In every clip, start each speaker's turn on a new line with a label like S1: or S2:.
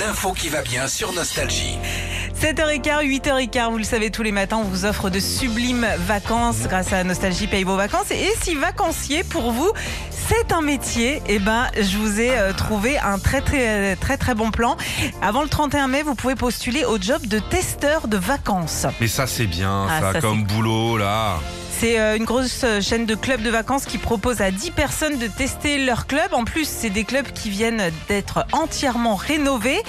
S1: L'info qui va bien sur Nostalgie.
S2: 7h15, 8h15, vous le savez tous les matins, on vous offre de sublimes vacances grâce à Nostalgie Paye vos vacances. Et si vacancier pour vous, c'est un métier, eh ben, je vous ai euh, trouvé un très très très très bon plan. Avant le 31 mai, vous pouvez postuler au job de testeur de vacances.
S3: Mais ça c'est bien,
S2: Ah,
S3: ça,
S2: ça,
S3: comme boulot là.
S2: C'est euh, une grosse euh, chaîne de clubs de vacances qui propose à 10 personnes de tester leur club. En plus, c'est des clubs qui viennent d'être entièrement rénovés.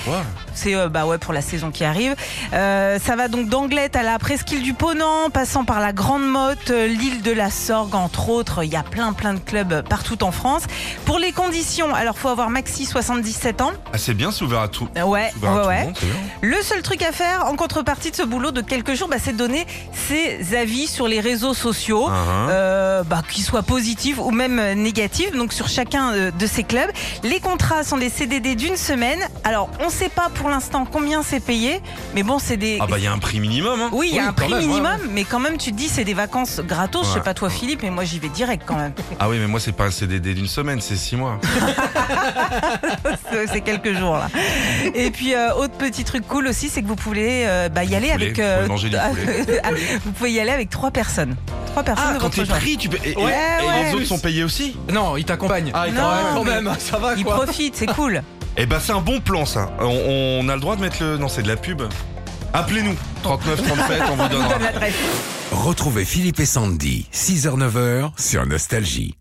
S2: C'est euh, bah ouais pour la saison qui arrive. Euh, ça va donc d'Anglette à la presqu'île du Ponant, passant par la Grande Motte, euh, l'île de la Sorgue entre autres. Il y a plein plein de clubs euh, partout en France. Pour les conditions, alors faut avoir maxi 77 ans.
S3: Ah, c'est bien, c'est ouvert à tout.
S2: Euh, Ouais,
S3: c'est
S2: ouais
S3: ouvert à tout le
S2: ouais.
S3: monde, c'est bien.
S2: Le seul truc à faire en contrepartie de ce boulot de quelques jours, bah, c'est de donner ses avis sur les réseaux sociaux.
S3: Ah, hein.
S2: Euh, bah, qu'ils soient positifs ou même euh, négatifs, donc sur chacun euh, de ces clubs. Les contrats sont des CDD d'une semaine. Alors, on ne sait pas pour l'instant combien c'est payé, mais bon, c'est des.
S3: Ah bah il y a un prix minimum. Hein.
S2: oui, il y a un
S3: quand
S2: prix
S3: même, ouais,
S2: minimum,
S3: ouais.
S2: mais quand même, tu te dis, c'est des vacances gratos. Je sais
S3: Ouais.
S2: pas toi, Philippe, mais moi, j'y vais direct quand même.
S3: Ah oui, mais moi c'est pas un CDD d'une semaine, c'est six mois.
S2: C'est- c'est quelques jours, là. Et puis, euh, autre petit truc cool aussi, c'est que vous pouvez euh, bah, y
S3: Du
S2: aller
S3: poulet,
S2: avec. euh,
S3: vous
S2: ah,
S3: pouvez manger du
S2: vous pouvez y aller avec trois personnes. Trois personnes
S3: Ah,
S2: de
S3: quand
S2: votre
S3: t'es
S2: choix.
S3: pris, tu peux. Et, et-
S2: Ouais,
S3: et
S2: ouais.
S3: les autres sont payés aussi
S4: Non, il t'accompagne.
S3: Ah,
S2: Non,
S4: quand
S2: mais
S4: même, ça va
S2: Ils
S4: quoi.
S2: profitent, c'est cool.
S3: Eh bah c'est un bon plan ça. On, on a le droit de mettre le. Non, c'est de la pub. Appelez-nous 39 37, on vous
S2: Je vous
S3: donnera.
S2: donne l'adresse.
S1: Retrouvez Philippe et Sandy, 6h-9h sur Nostalgie.